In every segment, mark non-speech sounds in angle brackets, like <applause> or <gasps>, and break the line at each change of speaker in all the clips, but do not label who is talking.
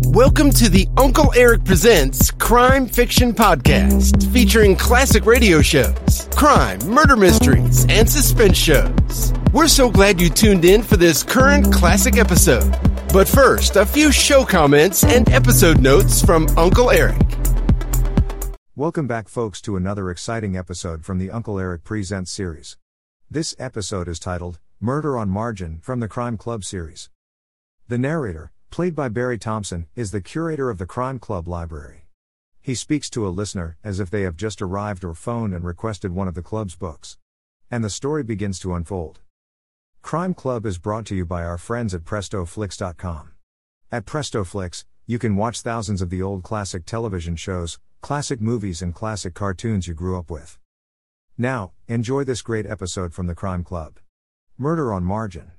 Welcome to the Uncle Eric Presents Crime Fiction Podcast, featuring classic radio shows, crime, murder mysteries, and suspense shows. We're so glad you tuned in for this current classic episode. But first, a few show comments and episode notes from Uncle Eric.
Welcome back, folks, to another exciting episode from the Uncle Eric Presents series. This episode is titled Murder on Margin from the Crime Club series. The narrator, played by Barry Thompson, is the curator of the Crime Club library. He speaks to a listener as if they have just arrived or phoned and requested one of the club's books. And the story begins to unfold. Crime Club is brought to you by our friends at PrestoFlix.com. At PrestoFlix, you can watch thousands of the old classic television shows, classic movies, and classic cartoons you grew up with. Now, enjoy this great episode from the Crime Club Murder on Margin.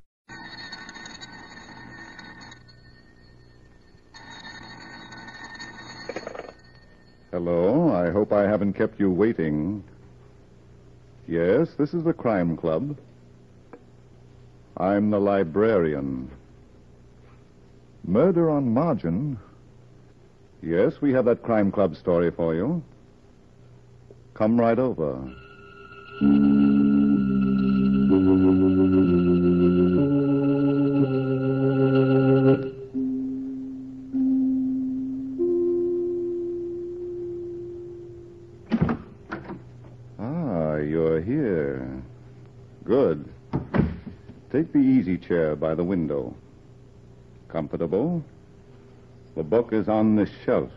Hello, I hope I haven't kept you waiting. Yes, this is the Crime Club. I'm the librarian. Murder on Margin? Yes, we have that Crime Club story for you. Come right over. Ah, you're here. Good. Take the easy chair by the window. Comfortable? The book is on the shelf.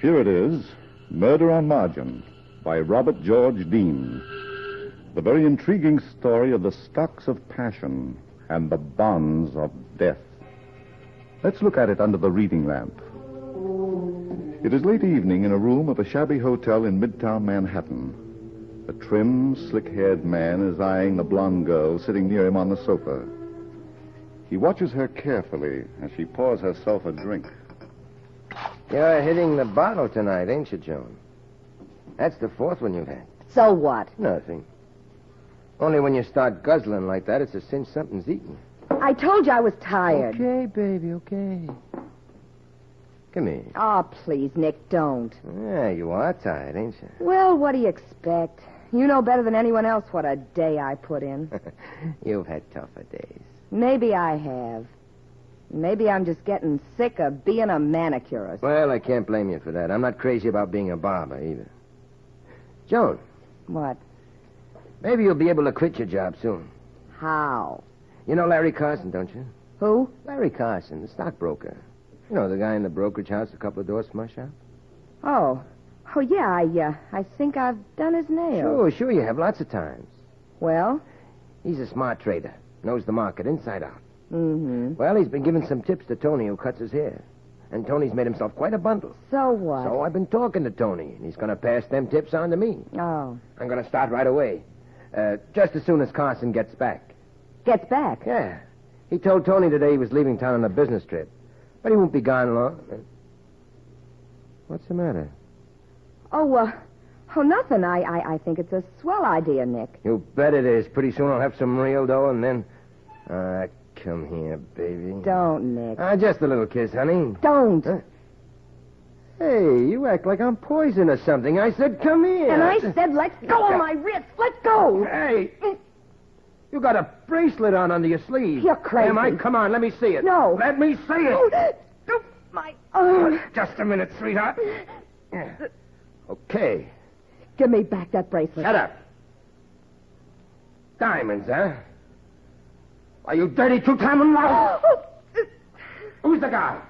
Here it is Murder on Margin by Robert George Dean. The very intriguing story of the stocks of passion and the bonds of death. Let's look at it under the reading lamp. It is late evening in a room of a shabby hotel in midtown Manhattan. A trim, slick haired man is eyeing the blonde girl sitting near him on the sofa. He watches her carefully as she pours herself a drink.
You're hitting the bottle tonight, ain't you, Joan? That's the fourth one you've had.
So what?
Nothing. Only when you start guzzling like that, it's a cinch something's eating.
I told you I was tired.
Okay, baby, okay. Come here.
Oh, please, Nick, don't.
Yeah, you are tired, ain't you?
Well, what do you expect? You know better than anyone else what a day I put
<laughs>
in.
You've had tougher days.
Maybe I have. Maybe I'm just getting sick of being a manicurist.
Well, I can't blame you for that. I'm not crazy about being a barber either. Joan,
What?
maybe you'll be able to quit your job soon.
How?
You know Larry Carson, don't you?
Who?
Larry Carson, the stockbroker. You know, the guy in the brokerage house a couple of doors from our shop?
Oh. Oh, yeah, I, uh, I think I've done his nails.
Sure, sure, you have lots of times.
Well?
He's a smart trader. Knows the market inside out.
Mm-hmm.
Well, he's been giving some tips to Tony, who cuts his hair. And Tony's made himself quite a bundle.
So what?
So I've been talking to Tony, and he's going to pass them tips on to me.
Oh.
I'm going to start right away. Uh, just as soon as Carson gets back.
Gets back.
Yeah. He told Tony today he was leaving town on a business trip. But he won't be gone long. What's the matter?
Oh, uh, oh, nothing. I, I, I think it's a swell idea, Nick.
You bet it is. Pretty soon I'll have some real dough, and then. Uh, come here, baby.
Don't, Nick.
Ah, just a little kiss, honey.
Don't.
Huh? Hey, you act like I'm poison or something. I said, come here.
And I said, let go of my wrist. Let go.
Hey, you got a bracelet on under your sleeve.
You're crazy.
Am I? Come on, let me see it.
No. Uh.
Let me see it.
Oh, <laughs> my arm.
Just a minute, sweetheart. Okay.
Give me back that bracelet.
Shut up. Diamonds, huh? Are you dirty two-time
<gasps>
lout? Who's the guy?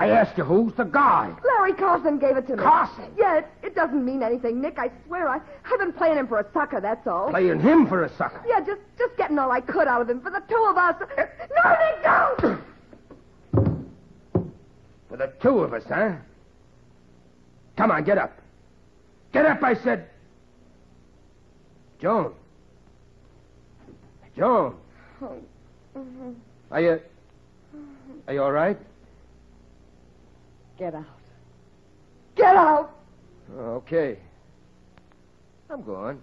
I asked you, who's the guy?
Larry Carson gave it to me.
Carson?
Yeah, it, it doesn't mean anything, Nick. I swear I, I've been playing him for a sucker, that's all.
Playing him for a sucker.
Yeah, just just getting all I could out of him for the two of us. No, Nick,
<coughs>
don't!
For the two of us, huh? Come on, get up. Get up, I said. Joan. Joan. Are you. Are you all right?
Get out. Get out!
Okay. I'm going.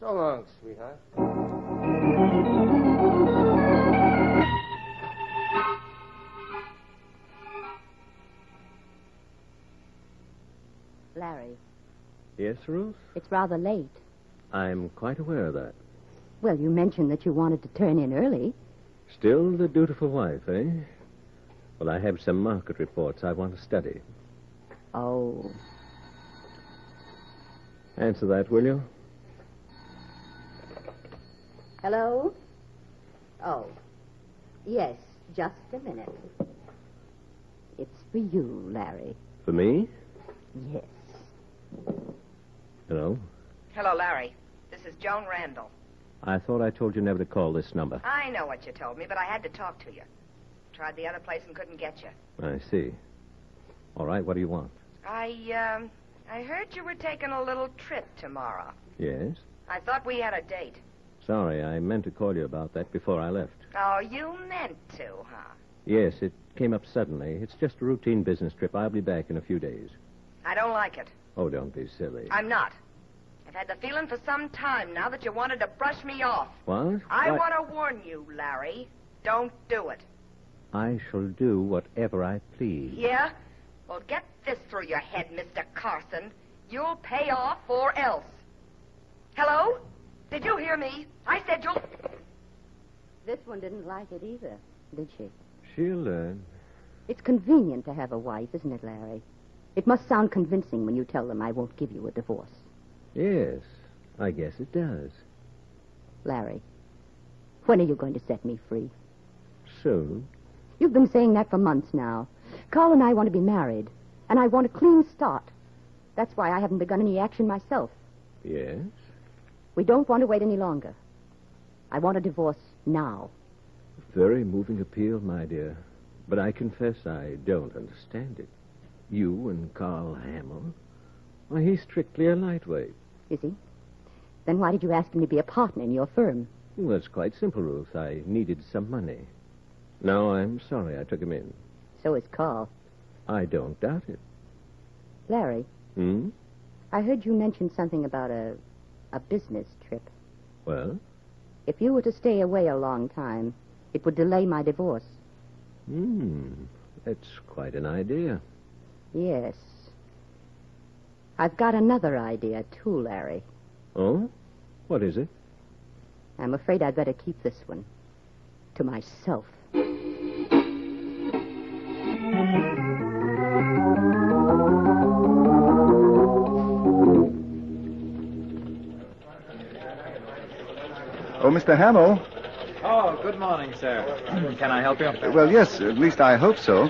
So long, sweetheart.
Larry,
Yes, Ruth?
it's rather late.
I'm quite aware of that.
Well, you mentioned that you wanted to turn in early.
Still the dutiful wife, eh? Well, I have some market reports I want to study.
Oh,
Answer that, will you?
hello? Oh, yes, just a minute. It's for you, Larry.
For me?
Yes.
Hello?
Hello, Larry. This is Joan Randall.
I thought I told you never to call this number.
I know what you told me, but I had to talk to you. Tried the other place and couldn't get you.
I see. All right, what do you want?
I, um, I heard you were taking a little trip tomorrow.
Yes?
I thought we had a date.
Sorry, I meant to call you about that before I left.
Oh, you meant to, huh?
Yes, it came up suddenly. It's just a routine business trip. I'll be back in a few days.
I don't like it.
Oh, don't be silly.
I'm not. I've had the feeling for some time now that you wanted to brush me off.
What?
I
Why-
want to warn you, Larry. Don't do it.
I shall do whatever I please.
Yeah? Well, get this through your head, Mr. Carson. You'll pay off or else. Hello? Did you hear me? I said you'll.
This one didn't like it either, did she?
She'll learn.
It's convenient to have a wife, isn't it, Larry? It must sound convincing when you tell them I won't give you a divorce.
Yes, I guess it does.
Larry, when are you going to set me free?
Soon.
You've been saying that for months now. Carl and I want to be married, and I want a clean start. That's why I haven't begun any action myself.
Yes?
We don't want to wait any longer. I want a divorce now.
Very moving appeal, my dear. But I confess I don't understand it. You and Carl Hamill? Why, he's strictly a lightweight.
Is he? Then why did you ask him to be a partner in your firm?
Well, it's quite simple, Ruth. I needed some money. No, I'm sorry I took him in.
So is Carl.
I don't doubt it.
Larry,
Hmm?
I heard you mention something about a a business trip.
Well?
If you were to stay away a long time, it would delay my divorce.
Hmm. That's quite an idea.
Yes. I've got another idea, too, Larry.
Oh? What is it?
I'm afraid I'd better keep this one to myself.
Oh, Mr. Hamill.
Oh, good morning, sir. Can I help you?
Well, yes, at least I hope so.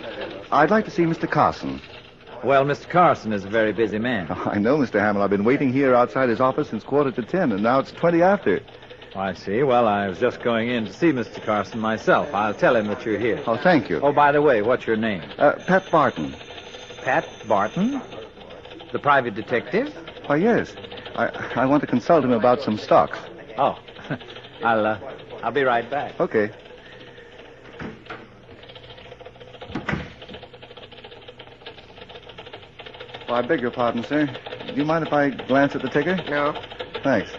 I'd like to see Mr. Carson.
Well, Mr. Carson is a very busy man.
I know, Mr. Hamill. I've been waiting here outside his office since quarter to ten, and now it's twenty after.
I see. Well, I was just going in to see Mr. Carson myself. I'll tell him that you're here.
Oh, thank you.
Oh, by the way, what's your name?
Uh, Pat Barton.
Pat Barton? The private detective?
Why, yes. I, I want to consult him about some stocks.
Oh, <laughs> I'll, uh, I'll be right back.
Okay. Well, I beg your pardon, sir. Do you mind if I glance at the ticker?
No.
Thanks.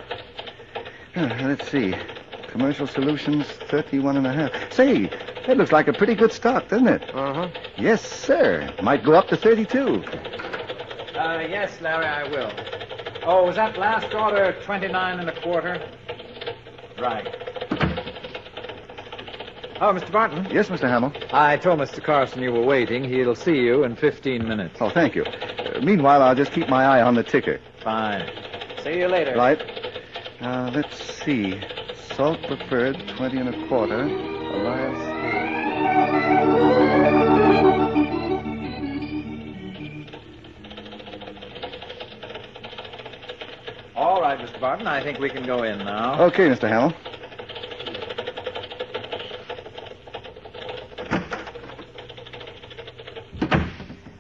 Uh, Let's see. Commercial Solutions, 31 and a half. Say, that looks like a pretty good stock, doesn't it?
Uh-huh.
Yes, sir. Might go up to 32.
Uh, yes, Larry, I will. Oh, was that last order 29 and a quarter? Right. Oh, Mr. Barton.
Yes, Mr. Hamill.
I told Mr. Carson you were waiting. He'll see you in 15 minutes.
Oh, thank you. Uh, meanwhile, I'll just keep my eye on the ticker.
Fine. See you later.
Right. Uh, let's see. Salt preferred, 20 and a quarter. Elias.
All right, Mr. Barton. I think we can go in now.
Okay, Mr. Hamill.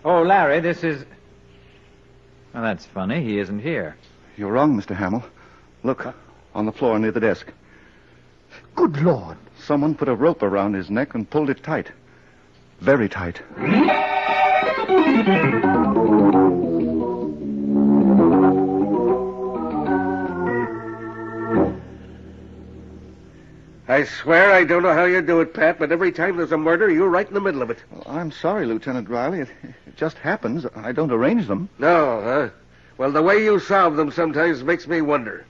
Oh, Larry, this is. Well, that's funny. He isn't here.
You're wrong, Mr. Hamill. Look, on the floor near the desk.
Good Lord.
Someone put a rope around his neck and pulled it tight. Very tight.
Hmm?
I
I swear I don't know how you do it, Pat, but every time there's a murder, you're right in the middle of it.
Well, I'm sorry, Lieutenant Riley. It, it just happens. I don't arrange them.
No, huh? Well, the way you solve them sometimes makes me wonder.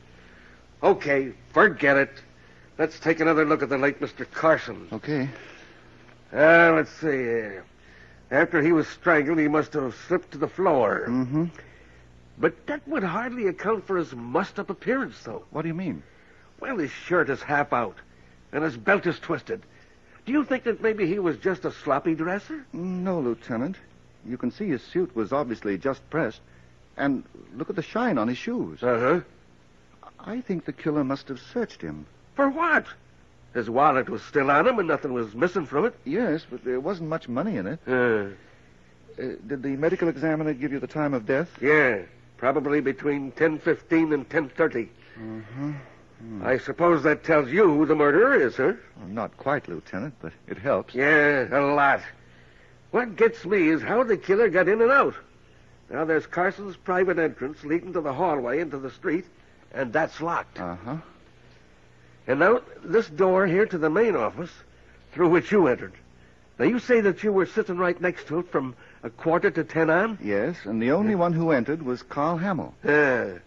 Okay, forget it. Let's take another look at the late Mr. Carson.
Okay.
Uh, let's see here. After he was strangled, he must have slipped to the floor.
Mm-hmm.
But that would hardly account for his mussed-up appearance, though.
What do you mean?
Well, his shirt is half out, and his belt is twisted. Do you think that maybe he was just a sloppy dresser?
No, Lieutenant. You can see his suit was obviously just pressed. And look at the shine on his shoes.
Uh huh.
I think the killer must have searched him.
For what? His wallet was still on him, and nothing was missing from it.
Yes, but there wasn't much money in it.
Uh,
Uh, did the medical examiner give you the time of death?
yeah, probably between ten fifteen and ten thirty. Mm-hmm. I suppose that tells you who the murderer is, huh?
Well, not quite, Lieutenant, but it helps.
Yeah, a lot. What gets me is how the killer got in and out. Now there's Carson's private entrance leading to the hallway into the street, and that's locked.
Uh huh.
And now this door here to the main office, through which you entered. Now you say that you were sitting right next to it from a quarter to ten on.
Yes, and the only one who entered was Carl Hamill.
Uh,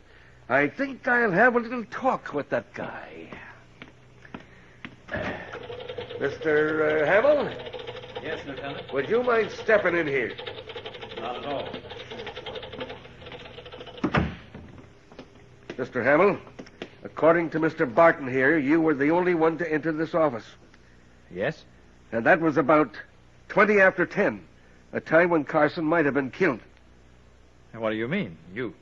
I think I'll have a little talk with that guy. Mr. Uh, Hamill,
Yes, Lieutenant?
would you mind stepping in here?
Not at all.
Mr. Hamill, according to Mr. Barton here, you were the only one to enter this office.
Yes?
And that was about 20 after 10, a time when Carson might have been killed.
What do you mean? You.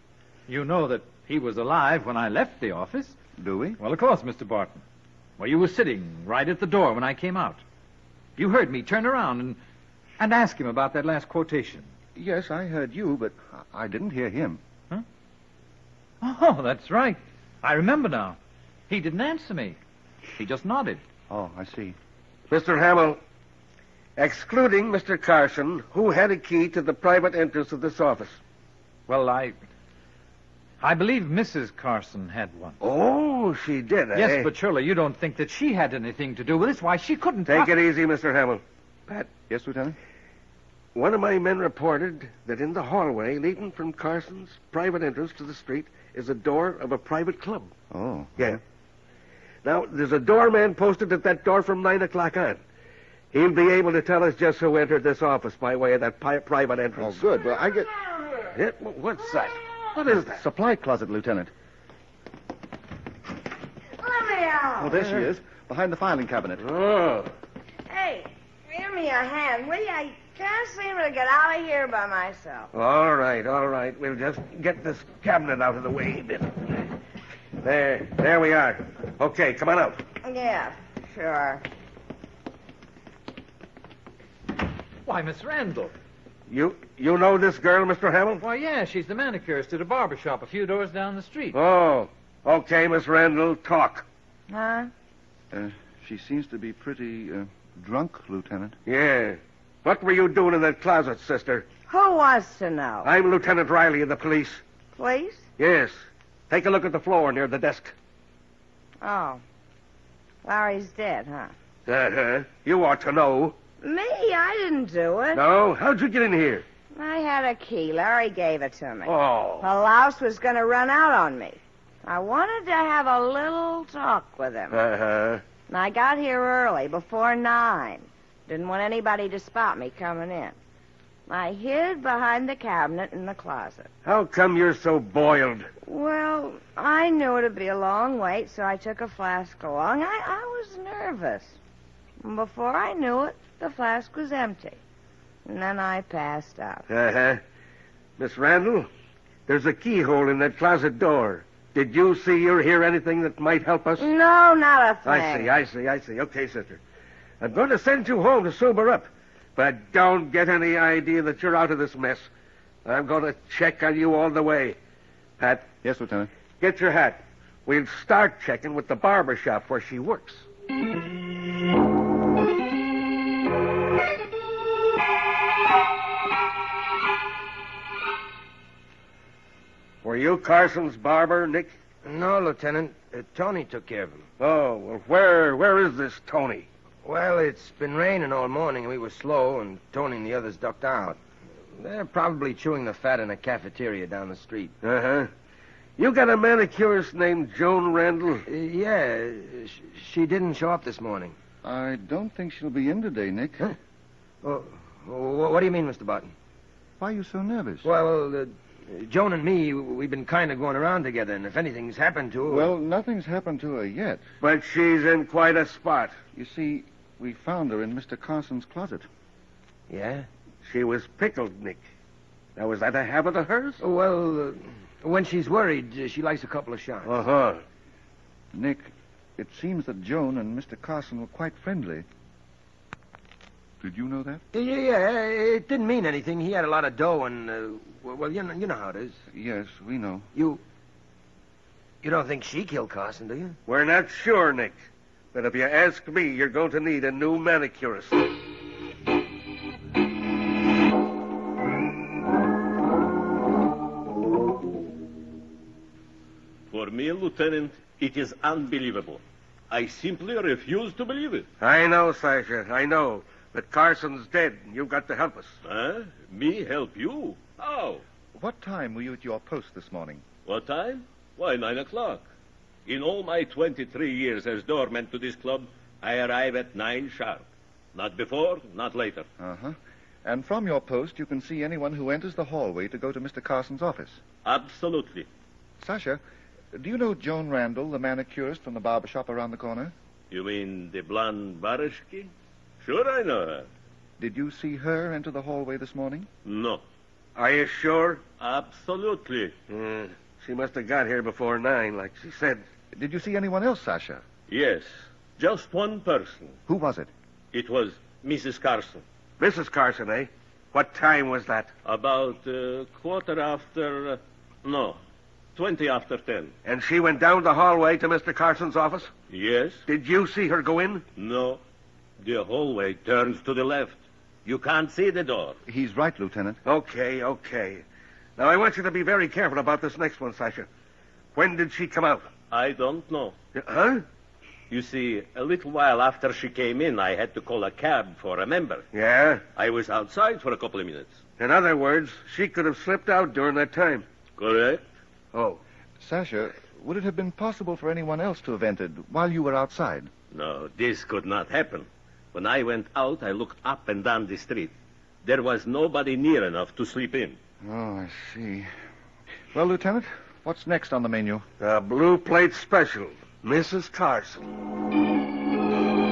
You know that he was alive when I left the office.
Do we?
Well, of course, Mr. Barton. Well, you were sitting right at the door when I came out. You heard me turn around and, and ask him about that last quotation.
Yes, I heard you, but I- I didn't hear him.
Oh, that's right. I remember now. He didn't answer me. He just nodded.
Oh, I see.
Mr. Hamill, excluding Mr. Carson, who had a key to the private entrance of this office?
Well, I. I believe Mrs. Carson had one.
Oh, she did, eh?
Yes, but surely you don't think that she had anything to do with this. Why, she couldn't.
Take
possi-
it easy, Mr. Hamill. Pat,
Yes, Lieutenant?
One of my men reported that in the hallway leading from Carson's private entrance to the street is a door of a private club.
Oh.
Yeah. Now, there's a doorman posted at that door from 9 o'clock on. He'll be able to tell us just who entered this office by way of that pi- private
Oh,
entrance.
good. Well, I get.
Yeah, wh- what's that? What is that?
Supply closet, Lieutenant.
Let me out.
Oh, there she is, behind the filing cabinet.
Oh,
Hey, give me a hand, will you? I can't seem to get out of here by myself.
all right, all right. We'll just get this cabinet out of the way a bit. There, there we are. Okay, come on out.
Yeah, sure.
Why, Miss Randall.
You, you know this girl, Mr. Hamill?
Why, yeah, she's the manicurist at a barber shop a few doors down the street.
Oh, okay, Miss Randall, talk.
Huh?
Uh, she seems to be pretty uh, drunk, Lieutenant.
Yeah. What were you doing in that closet, sister?
Who wants to know?
I'm Lieutenant Riley of the police.
Please?
Yes. Take a look at the floor near the desk.
Oh. Larry's dead, huh?
Uh
Uh-huh.
huh. You ought to know.
Me? I didn't do it.
No? How'd you get in here?
I had a key. Larry gave it to me. The
Oh.
louse was going to run out on me. I wanted to have a little talk with him.
Uh huh.
And I got here early, before nine. Didn't want anybody to spot me coming in. I hid behind the cabinet in the closet.
How come you're so boiled?
Well, I knew it'd be a long wait, so I took a flask along. I, I was nervous. And Before I knew it, the flask was empty. And then I passed out.
Uh huh. Miss Randall, there's a keyhole in that closet door. Did you see or hear anything that might help us?
No, not a thing.
I see, I see, I see. Okay, sister. I'm going to send you home to sober up, but don't get any idea that you're out of this mess. I'm going to check on you all the way. Pat,
Yes, Lieutenant.
get your hat. We'll start checking with the barber shop where she works. Were you Carson's barber, Nick?
No, Lieutenant.
Uh, Tony took care of him.
Oh, well, <laughs> where where is this Tony?
Well, it's been raining all morning. We were slow, and Tony and the others ducked out. They're probably chewing the fat in a cafeteria down the street.
Uh huh. You got a manicurist named Joan Randall?
Uh, yeah, sh- she didn't show up this morning.
I don't think she'll be in today, Nick.
Huh? Well, wh- what do you mean, Mr. Barton?
Why are you so nervous?
Well, uh, Joan and me, we've been kind of going around together, and if anything's happened to her.
Well, nothing's happened to her yet.
But she's in quite a spot.
You see, we found her in Mr. Carson's closet.
Yeah?
She was pickled, Nick. Now, was that a habit of hers?
Well, uh, when she's worried, uh, she likes a couple of shots.
Uh huh.
Nick, it seems that Joan and Mr. Carson were quite friendly. Did you know that?
Yeah, yeah, it didn't mean anything. He had a lot of dough, and uh, well, you know, you know how it is.
Yes, we know.
You. You don't think she killed Carson, do you?
We're not sure, Nick. But if you ask me, you're going to need a
<coughs>
new manicurist.
For me, Lieutenant, it is unbelievable. I simply refuse to believe it.
I know, Sasha. I know. But Carson's dead, and you've got to help us.
Huh? Me help you? How?
What time were you at your post this morning?
What time? Why, nine o'clock. In all my 23 years as doorman to this club, I arrive at nine sharp. Not before, not later.
Uh huh. And from your post, you can see anyone who enters the hallway to go to Mr. Carson's office.
Absolutely.
Sasha, do you know Joan Randall, the manicurist from the barber shop around the corner?
You mean the blonde Barishki? Sure, I know her.
Did you see her enter the hallway this morning?
No.
Are you sure?
Absolutely.
Yeah, Mm, she must have got here before nine, like she said.
Did you see anyone else, Sasha?
Yes. Just one person.
Who was it?
It was Mrs. Carson.
Mrs. Carson, eh? What time was that?
About uh, quarter after. Uh, no, 20 after 10.
And she went down the hallway to Mr. Carson's office?
Yes.
Did you see her go in?
No. The hallway turns to the left. You can't see the door.
He's right, Lieutenant.
Okay, okay. Now, I want you to be very careful about this next one, Sasha. When did she come out?
I don't know.
Huh?
You see, a little while after she came in, I had to call a cab for a member.
Yeah?
I was outside for a couple of minutes.
In other words, she could have slipped out during that time.
Correct.
Oh.
Sasha, would it have been possible for anyone else to have entered while you were outside?
No, this could not happen. When I went out, I looked up and down the street. There was nobody near enough to slip in.
Oh, I see. Well, Lieutenant, what's next on the menu?
A blue plate special, Mrs. Carson.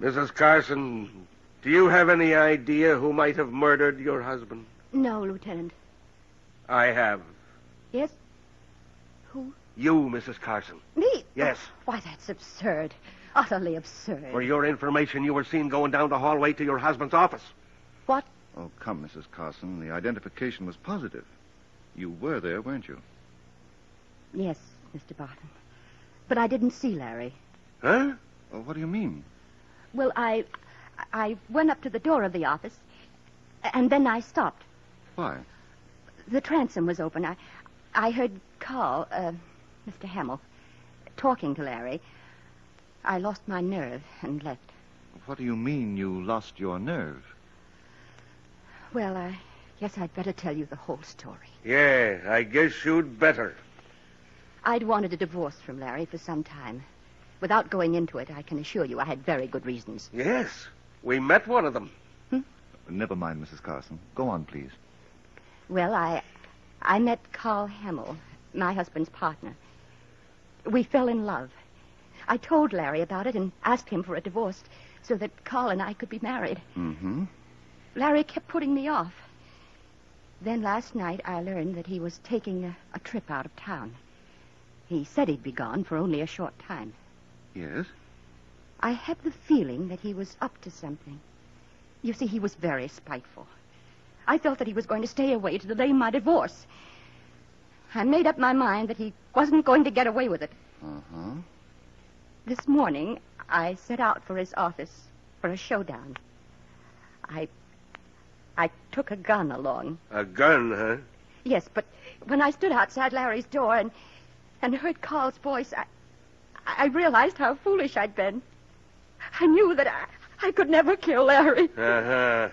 Mrs. Carson, do you have any idea who might have murdered your husband?
No, Lieutenant.
I have.
Yes? Who?
You, Mrs. Carson.
Me?
Yes.
Why, that's absurd. Utterly absurd.
For your information, you were seen going down the hallway to your husband's office.
What?
Oh, come, Mrs. Carson. The identification was positive. You were there, weren't you?
Yes, Mr. Barton. But I didn't see Larry.
Huh?
Well, Oh, what do you mean?
Well, I, I went up to the door of the office, and then I stopped.
Why?
The transom was open. I, I heard Carl, uh, Mr. Hamill, talking to Larry. I lost my nerve and left.
What do you mean you lost your nerve?
Well, I guess I'd better tell you the whole story.
Yeah, I guess you'd better.
I'd wanted a divorce from Larry for some time. Without going into it, I can assure you I had very good reasons.
Yes, we met one of them.
Hmm?
Never mind, Mrs. Carson. Go on, please.
Well, I, I met Carl Hamill, my husband's partner. We fell in love. I told Larry about it and asked him for a divorce so that Carl and I could be married.
Mm-hmm.
Larry kept putting me off. Then last night I learned that he was taking a, a trip out of town. He said he'd be gone for only a short time.
Yes?
I had the feeling that he was up to something. You see, he was very spiteful. I felt that he was going to stay away to delay my divorce. I made up my mind that he wasn't going to get away with it.
Uh huh.
This morning, I set out for his office for a showdown. I I took a gun along.
A gun, huh?
Yes, but when I stood outside Larry's door and and heard Carl's voice, I I realized how foolish I'd been. I knew that I, I could never kill Larry.
Uh huh.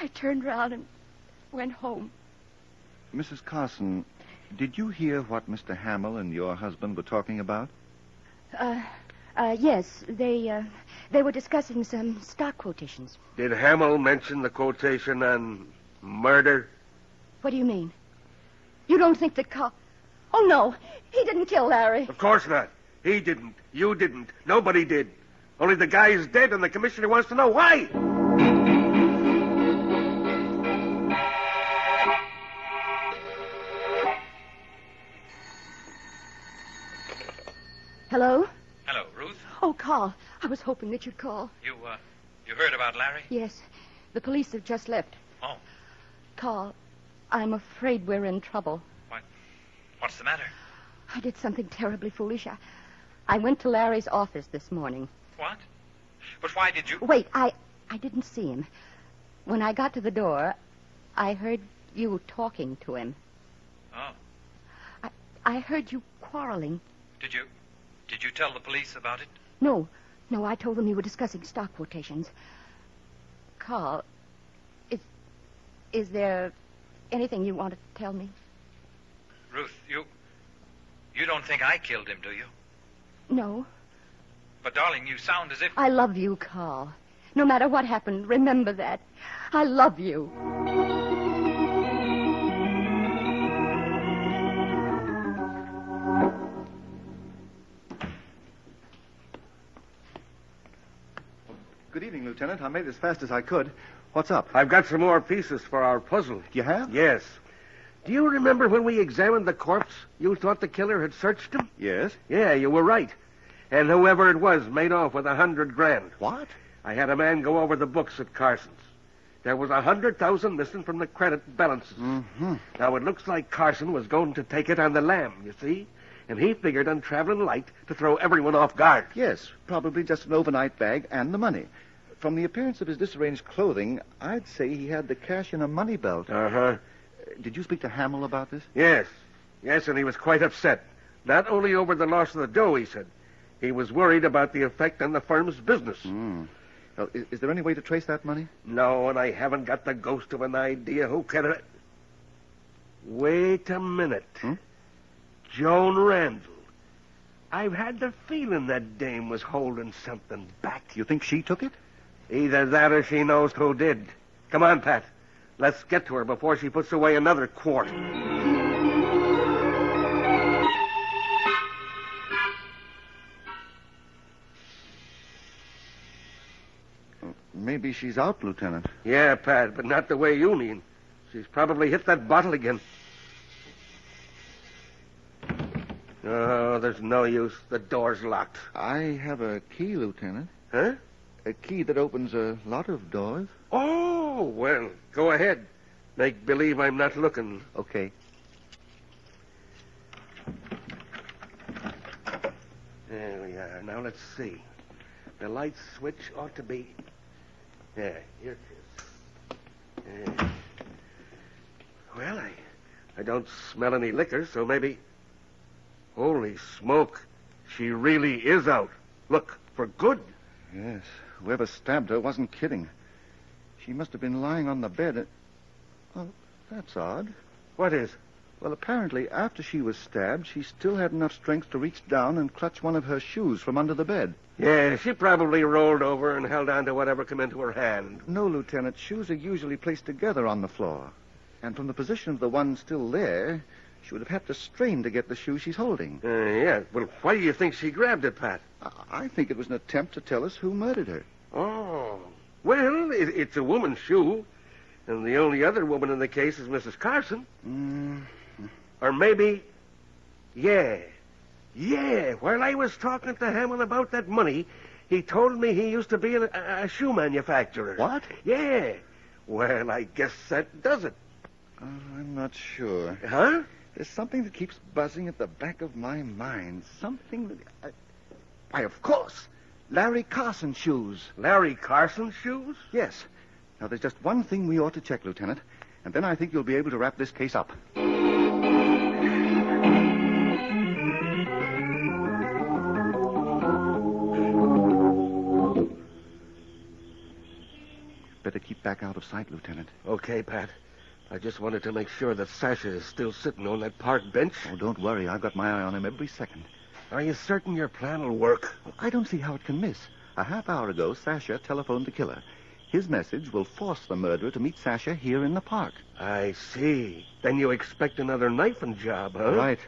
I turned round and went home.
Mrs. Carson, did you hear what Mr. Hamill and your husband were talking about?
Uh, uh, yes, they uh, they were discussing some stock quotations.
Did Hamill mention the quotation on murder?
What do you mean? You don't think that Carl? Oh no, he didn't kill Larry.
Of course not. He didn't. You didn't. Nobody did. Only the guy is dead, and the commissioner wants to know why.
Hello.
Hello, Ruth.
Oh, Carl, I was hoping that you'd call.
You, uh, you heard about Larry?
Yes, the police have just left.
Oh,
Carl, I'm afraid we're in trouble.
what's the matter?
I did something terribly foolish. I, I went to Larry's office this morning.
What? But why did you?
Wait, I, I didn't see him. When I got to the door, I heard you talking to him.
Oh,
I heard you quarreling.
did you, did you tell the police about it?
No, no, I told them you were discussing stock quotations. Carl, is, is there anything you want to tell me?
Ruth, you, you don't think I killed him, do you?
No.
But darling, you sound as if
I love you, Carl. No matter what happened, remember that. I love you.
Good evening, Lieutenant. I made it as fast as I could. What's up?
I've got some more pieces for our puzzle.
You have?
Yes. Do you remember when we examined the corpse? You thought the killer had searched him?
Yes.
Yeah, you were right. And whoever it was made off with a hundred grand.
What?
I had a man go over the books at Carson's. There was a hundred thousand missing from the credit balances.
Mm-hmm.
Now it looks like Carson was going to take it on the lamb, you see? And he figured on traveling light to throw everyone off guard.
Yes, probably just an overnight bag and the money. From the appearance of his disarranged clothing, I'd say he had the cash in a money belt. Uh,
Uh-huh.
Did you speak to Hamill about this?
Yes. Yes, and he was quite upset. Not only over the loss of the dough, he said. He was worried about the effect on the firm's business.
Hmm. Well, is, is there any way to trace that money?
No, and I haven't got the ghost of an idea who can. it- Wait a minute.
Hmm?
Joan Randall. I've had the feeling that dame was holding something back.
You think she took it?
Either that or she knows who did. Come on, Pat. Let's get to her before she puts away another quart.
Maybe she's out, Lieutenant.
Yeah, Pat, but not the way you mean. She's probably hit that bottle again. Oh, there's no use. The door's locked.
I have a key, Lieutenant.
Huh?
A key that opens a lot of doors.
Oh, well, go ahead. Make believe I'm not looking.
Okay.
There we are. Now let's see. The light switch ought to be. There, here it is. There. Well, I, I don't smell any liquor, so maybe. Holy smoke! She really is out. Look, for good.
Yes. Whoever stabbed her wasn't kidding. She must have been lying on the bed. And... Well, that's odd.
What is?
Well, apparently, after she was stabbed, she still had enough strength to reach down and clutch one of her shoes from under the bed.
Yeah, she probably rolled over and held on to whatever came into her hand.
No, Lieutenant. Shoes are usually placed together on the floor. And from the position of the one still there, she would have had to strain to get the shoe she's holding.
Uh, yeah. Well, why do you think she grabbed it, Pat?
I think it was an attempt to tell us who murdered her.
Oh. Well, it, it's a woman's shoe. And the only other woman in the case is Mrs. Carson.
Mm.
Or maybe. Yeah. Yeah. While I was talking to Hamill about that money, he told me he used to be a, a shoe manufacturer.
What?
Yeah. Well, I guess that does it.
Uh, I'm not sure.
Huh?
There's something that keeps buzzing at the back of my mind. Something that. I... Why, of course. Larry Carson shoes.
Larry Carson's shoes?
Yes. Now, there's just one thing we ought to check, Lieutenant, and then I think you'll be able to wrap this case up. Better keep back out of sight, Lieutenant.
Okay, Pat. I just wanted to make sure that Sasha is still sitting on that park bench.
Oh, don't worry. I've got my eye on him every second.
Are you certain your plan will work?
Well, I don't see how it can miss. A half hour ago, Sasha telephoned the killer. His message will force the murderer to meet Sasha here in the park.
I see. Then you expect another knifing job, huh?
Right.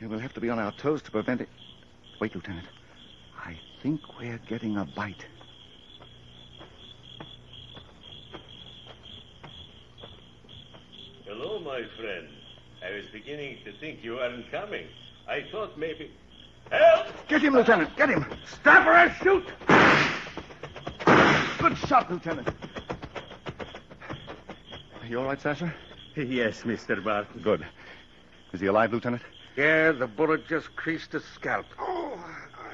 And we'll have to be on our toes to prevent it. Wait, Lieutenant. I think we're getting a bite.
Hello, my friend. I was beginning to think you weren't coming. I thought maybe. Help!
Get him, Lieutenant. Get him.
Stop or I'll shoot!
Good shot, Lieutenant. You all right, Sasha?
<laughs>
Yes, Mr. Barton.
Good. Is he alive, Lieutenant?
Yeah, the bullet just creased his scalp.
Oh.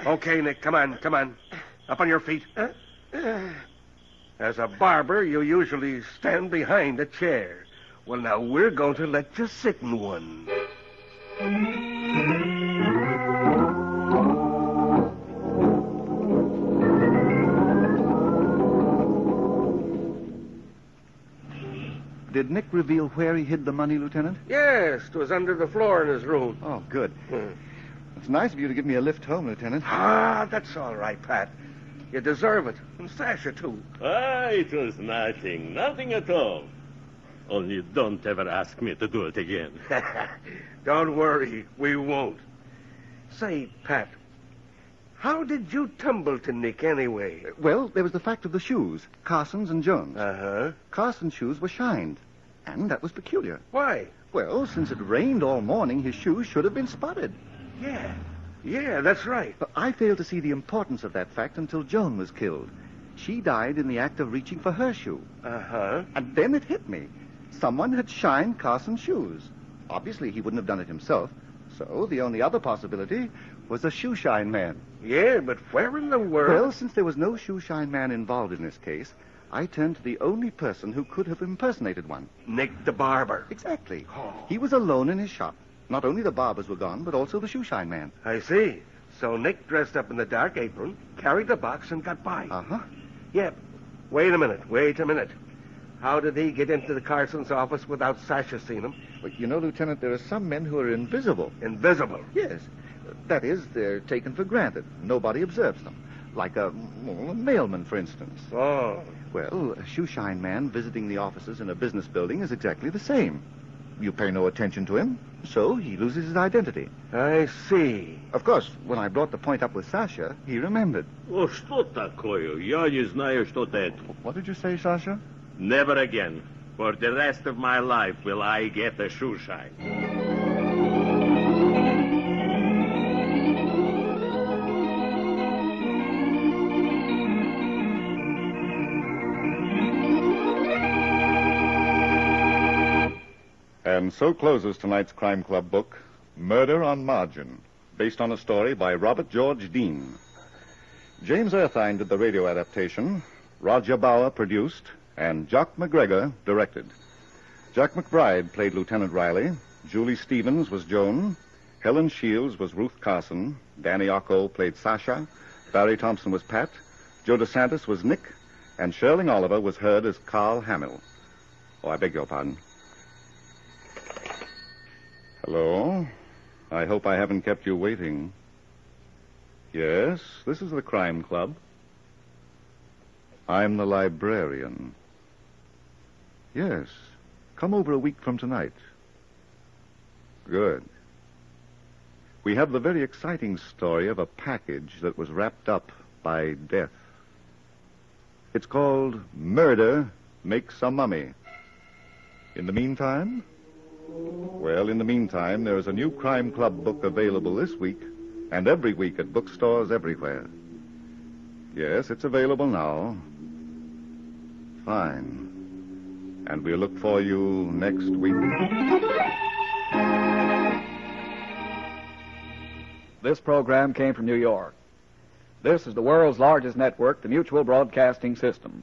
Okay, Nick, come on, come on. Up on your feet.
Uh,
As a barber, you usually stand behind a chair. Well, now we're going to let you sit in one.
Did Nick reveal where he hid the money, Lieutenant?
Yes, it was under the floor in his room. Hmm.
Oh, good. It's nice of you to give me a lift home, Lieutenant.
Ah, that's all right, Pat. You deserve it. And Sasha, too.
Ah, it was nothing. Nothing at all. Only don't ever ask me to do it again. <laughs>
Don't worry, we won't. Say, Pat, how did you tumble to Nick anyway?
Well, there was the fact of the shoes, Carson's and Jones.
Uh huh.
Carson's shoes were shined, and that was peculiar.
Why?
Well, since it rained all morning, his shoes should have been spotted.
Yeah. Yeah, that's right.
But I failed to see the importance of that fact until Joan was killed. She died in the act of reaching for her shoe.
Uh huh.
And then it hit me. Someone had shined Carson's shoes. Obviously, he wouldn't have done it himself. So the only other possibility was a shoe shine man.
Yeah, but where in the world?
Well, since there was no shoe shine man involved in this case, I turned to the only person who could have impersonated one.
Nick the barber.
Exactly.
Oh.
He was alone in his shop. Not only the barbers were gone, but also the shoe shine man.
I see. So Nick dressed up in the dark apron, carried the box, and got by.
Uh huh.
Yep. Wait a minute. Wait a minute. How did he get into the Carson's office without Sasha seeing him?
But you know, Lieutenant, there are some men who are invisible.
Invisible.
Yes. That is, they're taken for granted. Nobody observes them. Like a, well, a mailman, for instance.
Oh.
Well, a shoeshine man visiting the offices in a business building is exactly the same. You pay no attention to him, so he loses his identity.
I see.
Of course, when I brought the point up with Sasha, he remembered.
Oh, что такое? Я не знаю, что это.
What did you say, Sasha?
Never again. For the rest of my life will I get a shoe shine.
And so closes tonight's Crime Club book, Murder on Margin, based on a story by Robert George Dean. James Erthine did the radio adaptation, Roger Bauer produced, and Jock McGregor directed. Jack McBride played Lieutenant Riley, Julie Stevens was Joan, Helen Shields was Ruth Carson, Danny Ocko played Sasha, Barry Thompson was Pat, Joe DeSantis was Nick, and Sherling Oliver was heard as Carl Hamill. Oh, I beg your pardon. Hello. I hope I haven't kept you waiting. Yes, this is the Crime Club. I'm the librarian. Yes. Come over a week from tonight. Good. We have the very exciting story of a package that was wrapped up by death. It's called Murder Makes a Mummy. In the meantime? Well, in the meantime, there is a new Crime Club book available this week and every week at bookstores everywhere. Yes, it's available now. Fine. And we'll look for you next week.
This program came from New York. This is the world's largest network, the Mutual Broadcasting System.